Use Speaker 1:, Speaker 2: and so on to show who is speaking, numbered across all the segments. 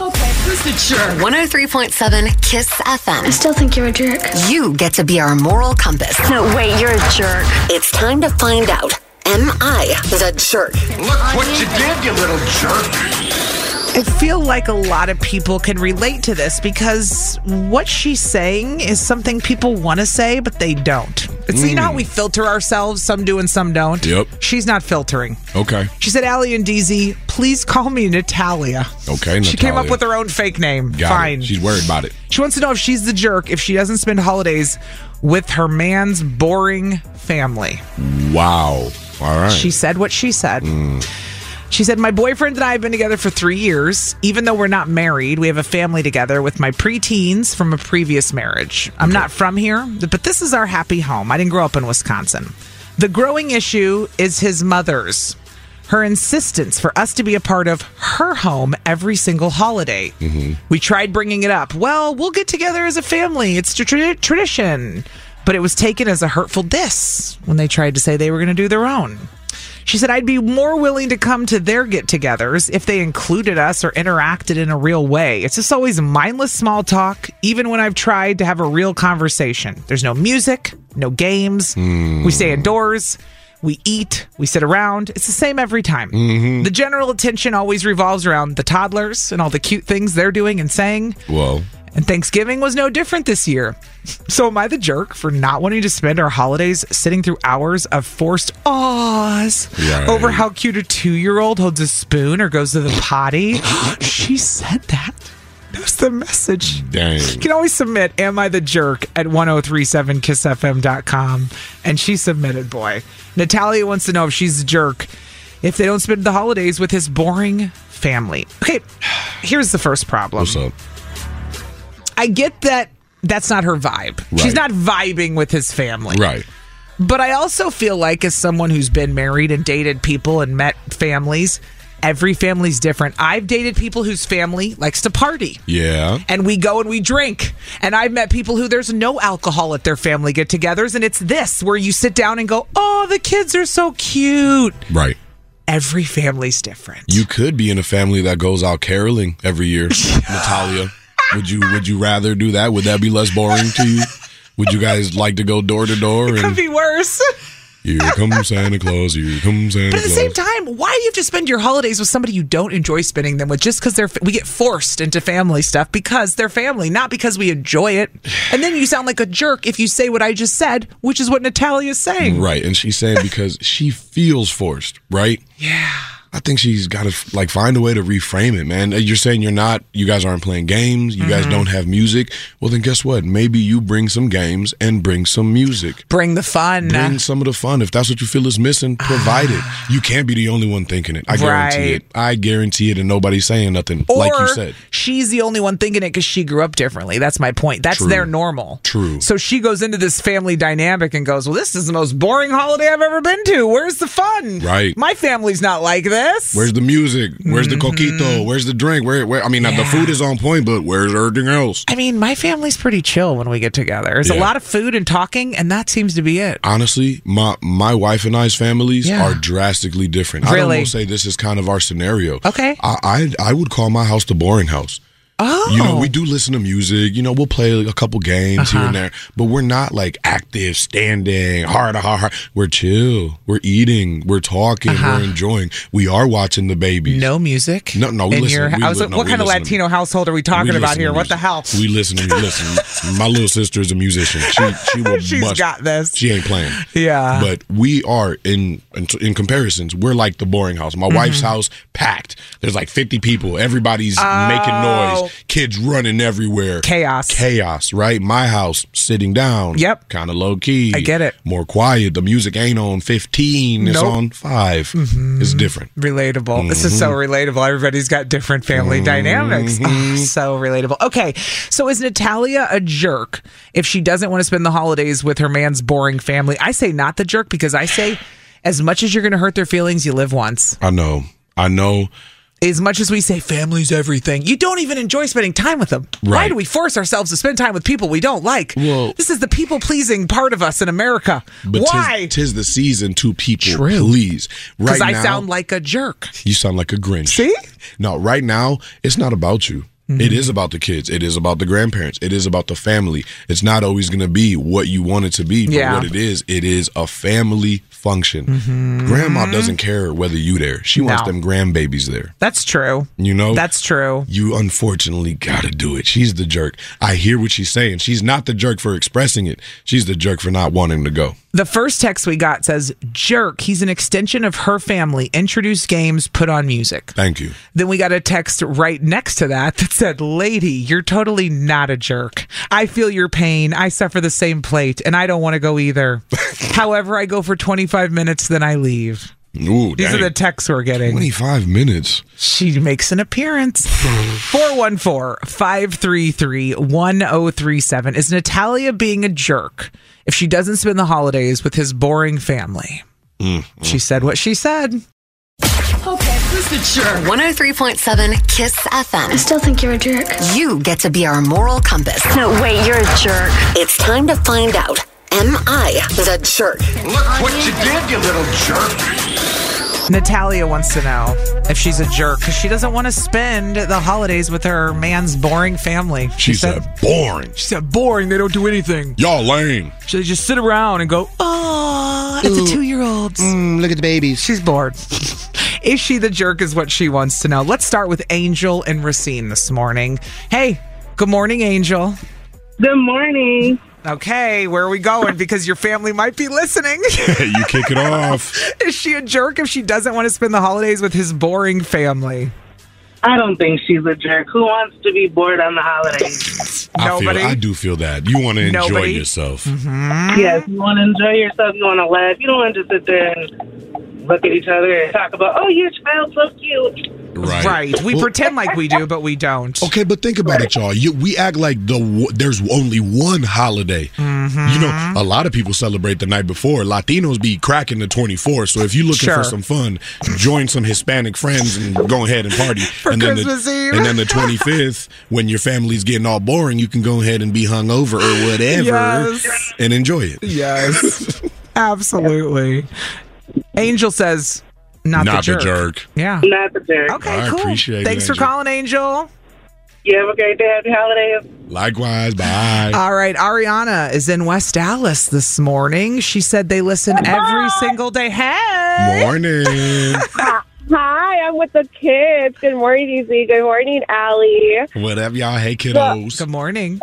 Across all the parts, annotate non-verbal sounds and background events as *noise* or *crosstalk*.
Speaker 1: Okay, who's the jerk?
Speaker 2: 103.7 Kiss
Speaker 3: I
Speaker 2: FM.
Speaker 3: still think you're a jerk.
Speaker 2: You get to be our moral compass.
Speaker 1: No, wait, you're a jerk.
Speaker 2: It's time to find out. Am I the jerk?
Speaker 4: Look what you did, you little jerk.
Speaker 5: I feel like a lot of people can relate to this because what she's saying is something people want to say, but they don't. It's you know how we filter ourselves, some do and some don't.
Speaker 6: Mm. Yep.
Speaker 5: She's not filtering.
Speaker 6: Okay.
Speaker 5: She said, Allie and DZ, please call me Natalia.
Speaker 6: Okay,
Speaker 5: She came up
Speaker 6: Natalia.
Speaker 5: with her own fake name.
Speaker 6: Got it.
Speaker 5: Fine.
Speaker 6: She's worried about it.
Speaker 5: She wants to know if she's the jerk if she doesn't spend holidays with her man's boring family.
Speaker 6: Wow. All right.
Speaker 5: She said what she said. She said, My boyfriend and I have been together for three years. Even though we're not married, we have a family together with my preteens from a previous marriage. I'm not from here, but this is our happy home. I didn't grow up in Wisconsin. The growing issue is his mother's. Her insistence for us to be a part of her home every single holiday. We tried bringing it up. Well, we'll get together as a family. It's a tra- tradition. But it was taken as a hurtful diss when they tried to say they were going to do their own. She said, I'd be more willing to come to their get togethers if they included us or interacted in a real way. It's just always mindless small talk, even when I've tried to have a real conversation. There's no music, no games. We stay indoors. We eat, we sit around. It's the same every time. The general attention always revolves around the toddlers and all the cute things they're doing and saying.
Speaker 6: Whoa.
Speaker 5: And Thanksgiving was no different this year. So am I the jerk for not wanting to spend our holidays sitting through hours of forced awes
Speaker 6: Right.
Speaker 5: over how cute a two-year-old holds a spoon or goes to the
Speaker 6: *gasps*
Speaker 5: potty? she said that. That's the message.
Speaker 6: Dang.
Speaker 5: You can always submit Am I the Jerk at 1037kissfm.com. And she submitted, boy. Natalia wants to know if she's a jerk if they don't spend the holidays with his boring family. Okay, *sighs* here's the first problem.
Speaker 6: What's up?
Speaker 5: I get that that's not her vibe. She's
Speaker 6: Right.
Speaker 5: not vibing with his family.
Speaker 6: Right.
Speaker 5: But I also feel like, as someone who's been married and dated people and met families, every family's different. I've dated people whose family likes to party.
Speaker 6: Yeah.
Speaker 5: And we go and we drink. And I've met people who there's no alcohol at their family get togethers. And it's this where you sit down and go, Oh, the kids are so cute.
Speaker 6: Right.
Speaker 5: Every family's different.
Speaker 6: You could be in a family that goes out caroling
Speaker 5: *laughs*
Speaker 6: every year, Natalia. Would you Would you rather do that? Would that be less boring to you? Would you guys like to go door to door?
Speaker 5: could
Speaker 6: And
Speaker 5: be worse.
Speaker 6: *laughs* here comes Santa Claus. Here comes Santa
Speaker 5: But at the
Speaker 6: Claus.
Speaker 5: same time, why do you have to spend your holidays with somebody you don't enjoy spending them with just because they're, we get forced into family stuff because they're family, not because we enjoy it. And then you sound like a jerk if you say what I just said, which is what Natalia's saying.
Speaker 6: Right. And she's saying because she feels forced, right? Yeah. I think she's got to like find a way to reframe it, man. You're saying you're not, you guys aren't playing games, you
Speaker 5: Mm-hmm.
Speaker 6: guys don't have music. Well, then guess what? Maybe you bring some games and bring some music.
Speaker 5: Bring the fun.
Speaker 6: Bring some of the fun. If that's what you feel is missing, provide it. You can't be the only one thinking it. I guarantee
Speaker 5: Ah. Right.
Speaker 6: it. I guarantee it, and nobody's saying nothing.
Speaker 5: or
Speaker 6: like you said,
Speaker 5: she's the only one thinking it because she grew up differently. That's my point. That's
Speaker 6: True.
Speaker 5: their normal.
Speaker 6: True.
Speaker 5: So she goes into this family dynamic and goes, "Well, this is the most boring holiday I've ever been to. Where's the fun?
Speaker 6: Right.
Speaker 5: My family's not like this.
Speaker 6: where's the music? Where's the coquito? Where's the drink? Where? where I mean, now the
Speaker 5: Mm-hmm. Yeah.
Speaker 6: food is on point, but where's everything else?
Speaker 5: I mean, my family's pretty chill when we get together. There's a
Speaker 6: Yeah.
Speaker 5: lot of food and talking, and that seems to be it.
Speaker 6: honestly, my my wife and I's families
Speaker 5: Yeah.
Speaker 6: are drastically different.
Speaker 5: Really?
Speaker 6: I'd almost say this is kind of our scenario.
Speaker 5: Okay.
Speaker 6: I, I I would call my house the boring house. Oh. You know, we do listen to music. You know, we'll play a couple games here
Speaker 5: Uh-huh.
Speaker 6: and there, but we're not like active, standing, hard, hard, hard. We're chill. We're eating. We're talking.
Speaker 5: Uh-huh.
Speaker 6: We're enjoying. We are watching the babies.
Speaker 5: No music.
Speaker 6: No, no, we
Speaker 5: in
Speaker 6: listen.
Speaker 5: your-
Speaker 6: We
Speaker 5: I was
Speaker 6: li-
Speaker 5: like,
Speaker 6: no,
Speaker 5: what
Speaker 6: we
Speaker 5: kind of
Speaker 6: listen.
Speaker 5: Latino household are we
Speaker 6: We
Speaker 5: talking about
Speaker 6: listen to
Speaker 5: here? What the
Speaker 6: music.
Speaker 5: hell? *laughs*
Speaker 6: We listen. to- We listen. My little sister is a musician. She
Speaker 5: *laughs*
Speaker 6: she will.
Speaker 5: She's
Speaker 6: bust.
Speaker 5: got this.
Speaker 6: She ain't playing.
Speaker 5: Yeah.
Speaker 6: But we are in in, in comparisons. We're like the boring house. My wife's
Speaker 5: Mm-hmm.
Speaker 6: house packed. There's like 50 people. Everybody's making noise. Kids running everywhere.
Speaker 5: Oh. Chaos.
Speaker 6: Chaos. Right. My house sitting down.
Speaker 5: Yep.
Speaker 6: Kind of low key.
Speaker 5: I get it.
Speaker 6: More quiet. The music ain't on 15. It's
Speaker 5: Nope. Mm-hmm.
Speaker 6: on 5 It's different.
Speaker 5: relatable. This is so
Speaker 6: Mm-hmm.
Speaker 5: relatable. Everybody's got different family dynamics. Ah, so relatable. Okay. So is Natalia a jerk if she doesn't want to spend the holidays with her man's boring family? I say not the jerk because I say as much as you're going to hurt their feelings, you live once.
Speaker 6: I know. I know.
Speaker 5: As much as we say family's everything, you don't even enjoy spending time with them. Why
Speaker 6: Right.
Speaker 5: do we force ourselves to spend time with people we don't like?
Speaker 6: Well-
Speaker 5: this is the people pleasing part of us in America.
Speaker 6: But
Speaker 5: Why?
Speaker 6: Tis, tis the season to people
Speaker 5: True.
Speaker 6: please. Right
Speaker 5: Because
Speaker 6: now,
Speaker 5: I sound like a jerk.
Speaker 6: you sound like a Grinch.
Speaker 5: See? Mm-hmm.
Speaker 6: No, right now it's not about you. It is about the kids. It is about the grandparents. It is about the family. It's not always going to be what you want it to be, but
Speaker 5: Yeah.
Speaker 6: what it is, it is a family function. Grandma doesn't care whether you there. She wants
Speaker 5: Mm-hmm. No.
Speaker 6: them grandbabies there.
Speaker 5: That's true.
Speaker 6: You know?
Speaker 5: That's true.
Speaker 6: You unfortunately got to do it. She's the jerk. I hear what she's saying. She's not the jerk for expressing it. She's the jerk for not wanting to go.
Speaker 5: The first text we got says, Jerk, he's an extension of her family. Introduce games, put on music.
Speaker 6: Thank you.
Speaker 5: Then we got a text right next to that that said, Lady, you're totally not a jerk. I feel your pain. I suffer the same plate, and I don't want to go either. However, I go for 25 minutes, then I leave.
Speaker 6: Ooh,
Speaker 5: These
Speaker 6: dang.
Speaker 5: are the texts we're getting.
Speaker 6: 25 minutes.
Speaker 5: She makes an appearance. 414 533 1037. Is Natalia being a jerk if she doesn't spend the holidays with his boring family? She said what she said.
Speaker 2: 103.7 Kiss
Speaker 1: I
Speaker 2: FM.
Speaker 1: still think you're a jerk.
Speaker 2: You get to be our moral compass.
Speaker 1: No, wait, you're a jerk.
Speaker 2: It's time to find out. Am I the jerk?
Speaker 4: Look what you did, you little jerk.
Speaker 5: Natalia wants to know if she's a jerk because she doesn't want to spend the holidays with her man's boring family.
Speaker 6: She, said, boring.
Speaker 5: She said, boring. They don't do anything.
Speaker 6: Y'all lame.
Speaker 5: They just sit around and go, oh, it's a two year old.
Speaker 3: Mm, look at the babies.
Speaker 5: She's bored. *laughs* is she the jerk? Is what she wants to know. Let's start with Angel and Racine this morning. Hey, good morning, Angel.
Speaker 7: Good morning.
Speaker 5: Okay, where are
Speaker 3: *laughs*
Speaker 5: we going? Because your family might be listening. *laughs*
Speaker 6: you kick it off.
Speaker 5: is she a jerk if she doesn't want to spend the holidays with his boring family?
Speaker 7: I don't think she's a jerk. Who wants to be bored on the holidays?
Speaker 6: I, feel,
Speaker 5: Nobody.
Speaker 6: I do feel that. You want to enjoy
Speaker 5: Nobody. Mm-hmm.
Speaker 6: yourself.
Speaker 7: Yes, you want to enjoy yourself. You want to laugh. You don't want to just sit there and look at each other and talk about, oh, your child's so cute.
Speaker 6: Right.
Speaker 5: We
Speaker 6: Well,
Speaker 5: pretend like we do, but we don't.
Speaker 6: Okay, but think about it, y'all. You, we act like the w- there's only one holiday. You
Speaker 5: Mm-hmm.
Speaker 6: know, a lot of people celebrate the night before. Latinos be cracking the 24. So if you're looking
Speaker 5: Sure.
Speaker 6: for some fun, join some Hispanic friends and go ahead and
Speaker 5: *laughs*
Speaker 6: party. For and
Speaker 5: Christmas
Speaker 6: then the,
Speaker 5: Eve.
Speaker 6: And then the 25th, when your family's getting all boring, you can go ahead and be hungover or whatever
Speaker 5: Yes.
Speaker 6: and enjoy it.
Speaker 5: Yes. *laughs* Absolutely. Angel says, not, the, jerk. Yeah.
Speaker 7: Not the jerk.
Speaker 5: Okay,
Speaker 6: I
Speaker 5: cool.
Speaker 6: appreciate it,
Speaker 5: Thanks for
Speaker 6: Angel.
Speaker 5: calling, Angel.
Speaker 7: You have a great day. Happy holidays.
Speaker 6: Likewise, bye.
Speaker 5: All right, Ariana is in West Dallas this morning. She said they listen every single day. Hey,
Speaker 6: Morning.
Speaker 7: Hi, I'm with the kids. Good morning, Easy. Good morning, Allie.
Speaker 6: Whatever y'all. Hey, kiddos.
Speaker 5: good
Speaker 7: *laughs*
Speaker 5: morning.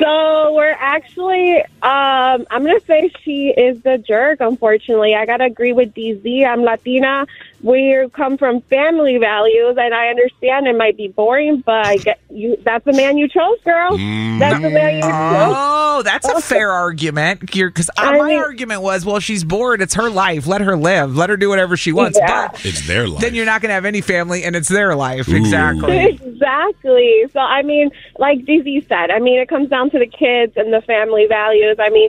Speaker 7: So we're actually, um, I'm going to say she is the jerk, unfortunately. I got to agree with DZ. I'm Latina. We come from family values, and I understand it might be boring, but I get you, that's the man you chose, girl. That's the man you chose.
Speaker 5: Oh, that's a fair argument. Because
Speaker 7: I
Speaker 5: my
Speaker 7: mean-
Speaker 5: argument was, well, she's bored. It's her life. Let her live. Let her do whatever she wants.
Speaker 7: Yeah.
Speaker 5: But
Speaker 6: It's their life.
Speaker 5: then you're not going to have any family, and it's their life.
Speaker 6: Ooh.
Speaker 5: Exactly.
Speaker 7: *laughs* Exactly. So, I mean, like DZ said, I mean, it comes down to the kids and the family values. I mean,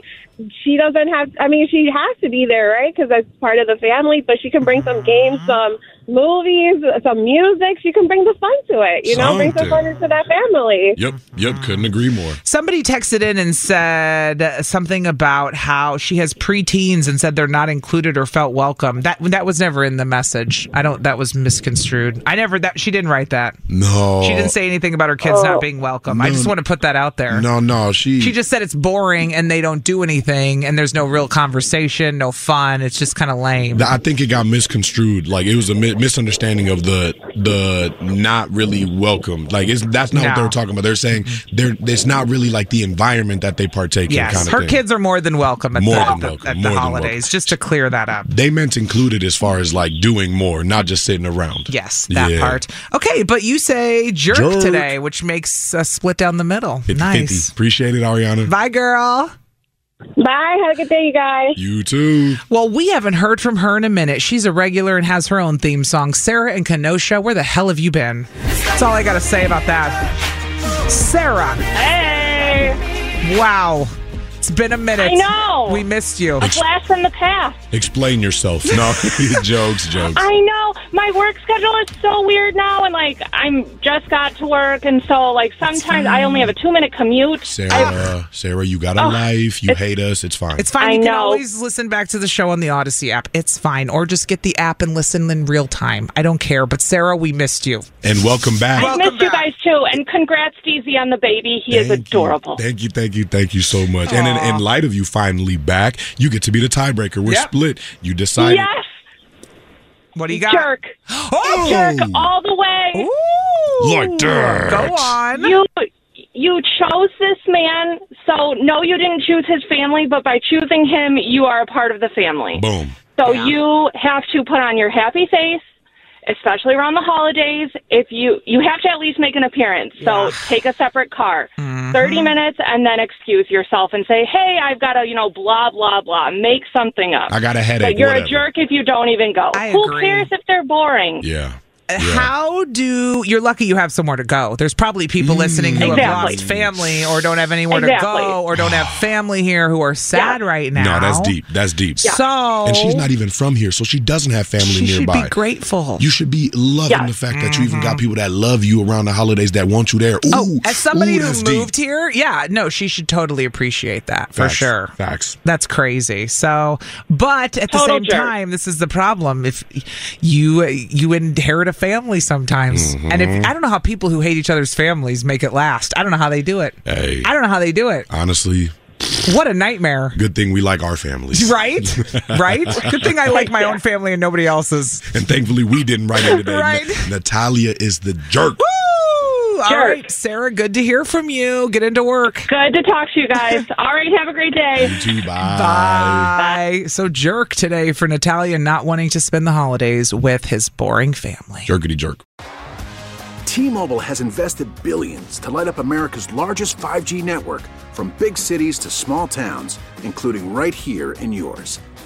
Speaker 7: she doesn't have, I mean, she has to be there, right? Because that's part of the family, but she can bring some games, some movies, some music. She can bring the fun to it. You know, bring some fun
Speaker 6: Something.
Speaker 7: into that family.
Speaker 6: Yep,
Speaker 5: Mm.
Speaker 6: yep, couldn't agree more.
Speaker 5: Somebody texted in and said something about how she has preteens and said they're not included or felt welcome. That that was never in the message. I don't. That was misconstrued. I never. That she didn't write that.
Speaker 6: No.
Speaker 5: She didn't say anything about her kids not being welcome. I just want to put that out there.
Speaker 6: No, no, she
Speaker 5: She just said it's boring and they don't do anything and there's no real conversation, no fun. It's just kind of lame.
Speaker 6: I think it got misconstrued. Like it was a mi- misunderstanding of the the not really welcome. Like it's that's not what they
Speaker 5: No.
Speaker 6: were talking about. They're saying they're it's not really like the environment that they partake in.
Speaker 5: yes,
Speaker 6: Kind of
Speaker 5: her
Speaker 6: thing.
Speaker 5: kids are more than welcome at
Speaker 6: More
Speaker 5: the,
Speaker 6: than
Speaker 5: at the-
Speaker 6: welcome,
Speaker 5: at the
Speaker 6: more than
Speaker 5: holidays.
Speaker 6: welcome.
Speaker 5: Just to clear that up.
Speaker 6: They meant included as far as like doing more, not just sitting around.
Speaker 5: Yes, that
Speaker 6: Yeah.
Speaker 5: part. Okay, but you say jerk,
Speaker 6: Jerk.
Speaker 5: today, which makes us split down the middle.
Speaker 6: 50,
Speaker 5: nice.
Speaker 6: Appreciate it, Ariana.
Speaker 5: Bye, girl.
Speaker 7: Bye. Have a good day, you guys.
Speaker 6: You too.
Speaker 5: Well, we haven't heard from her in a minute. She's a regular and has her own theme song. Sarah and Kenosha, where the hell have you been? That's all I got to say about that. Sarah,
Speaker 7: Hey,
Speaker 5: wow. It's been a minute.
Speaker 7: I know.
Speaker 5: We missed you.
Speaker 7: blast from the past.
Speaker 6: Explain yourself. No, *laughs* jokes, jokes.
Speaker 7: I know my work schedule is so weird now, and like I'm just got to work, and so like sometimes I only have a two minute commute.
Speaker 6: Sarah, Sarah, you got a life. You hate us. It's fine.
Speaker 5: It's fine.
Speaker 7: I
Speaker 5: you can
Speaker 7: know.
Speaker 5: always listen back to the show on the Odyssey app. It's fine. Or just get the app and listen in real time. I don't care. But Sarah, we missed you.
Speaker 6: and welcome back.
Speaker 7: I missed you guys too, and congrats, DZ, on the baby. He is
Speaker 6: Thank
Speaker 7: adorable.
Speaker 6: You. Thank you, thank you, thank you so much. And in, in light of you finally back, you get to be the tiebreaker. We're
Speaker 5: Yep.
Speaker 6: split. You decided.
Speaker 7: Yes,
Speaker 5: What do you got?
Speaker 7: jerk,
Speaker 5: Oh!
Speaker 7: jerk, all the way.
Speaker 5: Ooh.
Speaker 6: Like that.
Speaker 5: Go on.
Speaker 7: You you chose this man, so no, you didn't choose his family, but by choosing him, you are a part of the family.
Speaker 6: Boom.
Speaker 7: So you have to put on your happy face, especially around the holidays. If you you have to at least make an appearance. So take a separate car,
Speaker 6: Mm-hmm.
Speaker 7: thirty minutes, and then excuse yourself and say, "Hey, I've got to you know blah blah blah." Make something up.
Speaker 6: I got a headache.
Speaker 7: But you're
Speaker 6: whatever.
Speaker 7: a jerk if you don't even go.
Speaker 5: I
Speaker 7: Who
Speaker 5: agree.
Speaker 7: cares if they're boring?
Speaker 6: Yeah.
Speaker 5: How do you're lucky you have somewhere to go? There's probably people listening who have
Speaker 7: Exactly.
Speaker 5: lost family or don't have anywhere
Speaker 7: Exactly.
Speaker 5: to go or don't have
Speaker 6: *sighs*
Speaker 5: family here who are sad right now.
Speaker 6: No, that's deep. That's deep.
Speaker 5: So
Speaker 6: And she's not even from here, so she doesn't have family
Speaker 5: she should
Speaker 6: nearby.
Speaker 5: be grateful.
Speaker 6: You should be loving
Speaker 7: Yeah.
Speaker 6: the fact that you even got people that love you around the holidays that want you there. Ooh,
Speaker 5: oh, as somebody
Speaker 6: ooh,
Speaker 5: who
Speaker 6: that's
Speaker 5: moved
Speaker 6: deep.
Speaker 5: here, yeah, no, she should totally appreciate that for
Speaker 6: Facts,
Speaker 5: sure.
Speaker 6: Facts.
Speaker 5: That's crazy. So, but at the
Speaker 7: Total
Speaker 5: same
Speaker 7: jerk.
Speaker 5: time, this is the problem. If you you inherit a family sometimes, and
Speaker 6: Mm-hmm.
Speaker 5: if I don't know how people who hate each other's families make it last. I don't know how they do it.
Speaker 6: Hey.
Speaker 5: I don't know how they do it.
Speaker 6: Honestly,
Speaker 5: What a
Speaker 6: *laughs*
Speaker 5: nightmare.
Speaker 6: good thing we like our families.
Speaker 5: Right? Right? Good thing I like my own family and nobody else's.
Speaker 6: And thankfully, we didn't write it today.
Speaker 5: *laughs* Right.
Speaker 6: Natalia is the jerk.
Speaker 5: Woo! All
Speaker 7: Jerk.
Speaker 5: right, Sarah, good to hear from you. Get into work.
Speaker 7: Good to talk to
Speaker 6: *laughs*
Speaker 7: you guys. All right, have a great day.
Speaker 6: You too.
Speaker 5: Bye. So jerk today for Natalia not wanting to spend the holidays with his boring family.
Speaker 6: Jerkity jerk.
Speaker 8: T-Mobile has invested billions to light up America's largest 5G network from big cities to small towns, including right here in yours.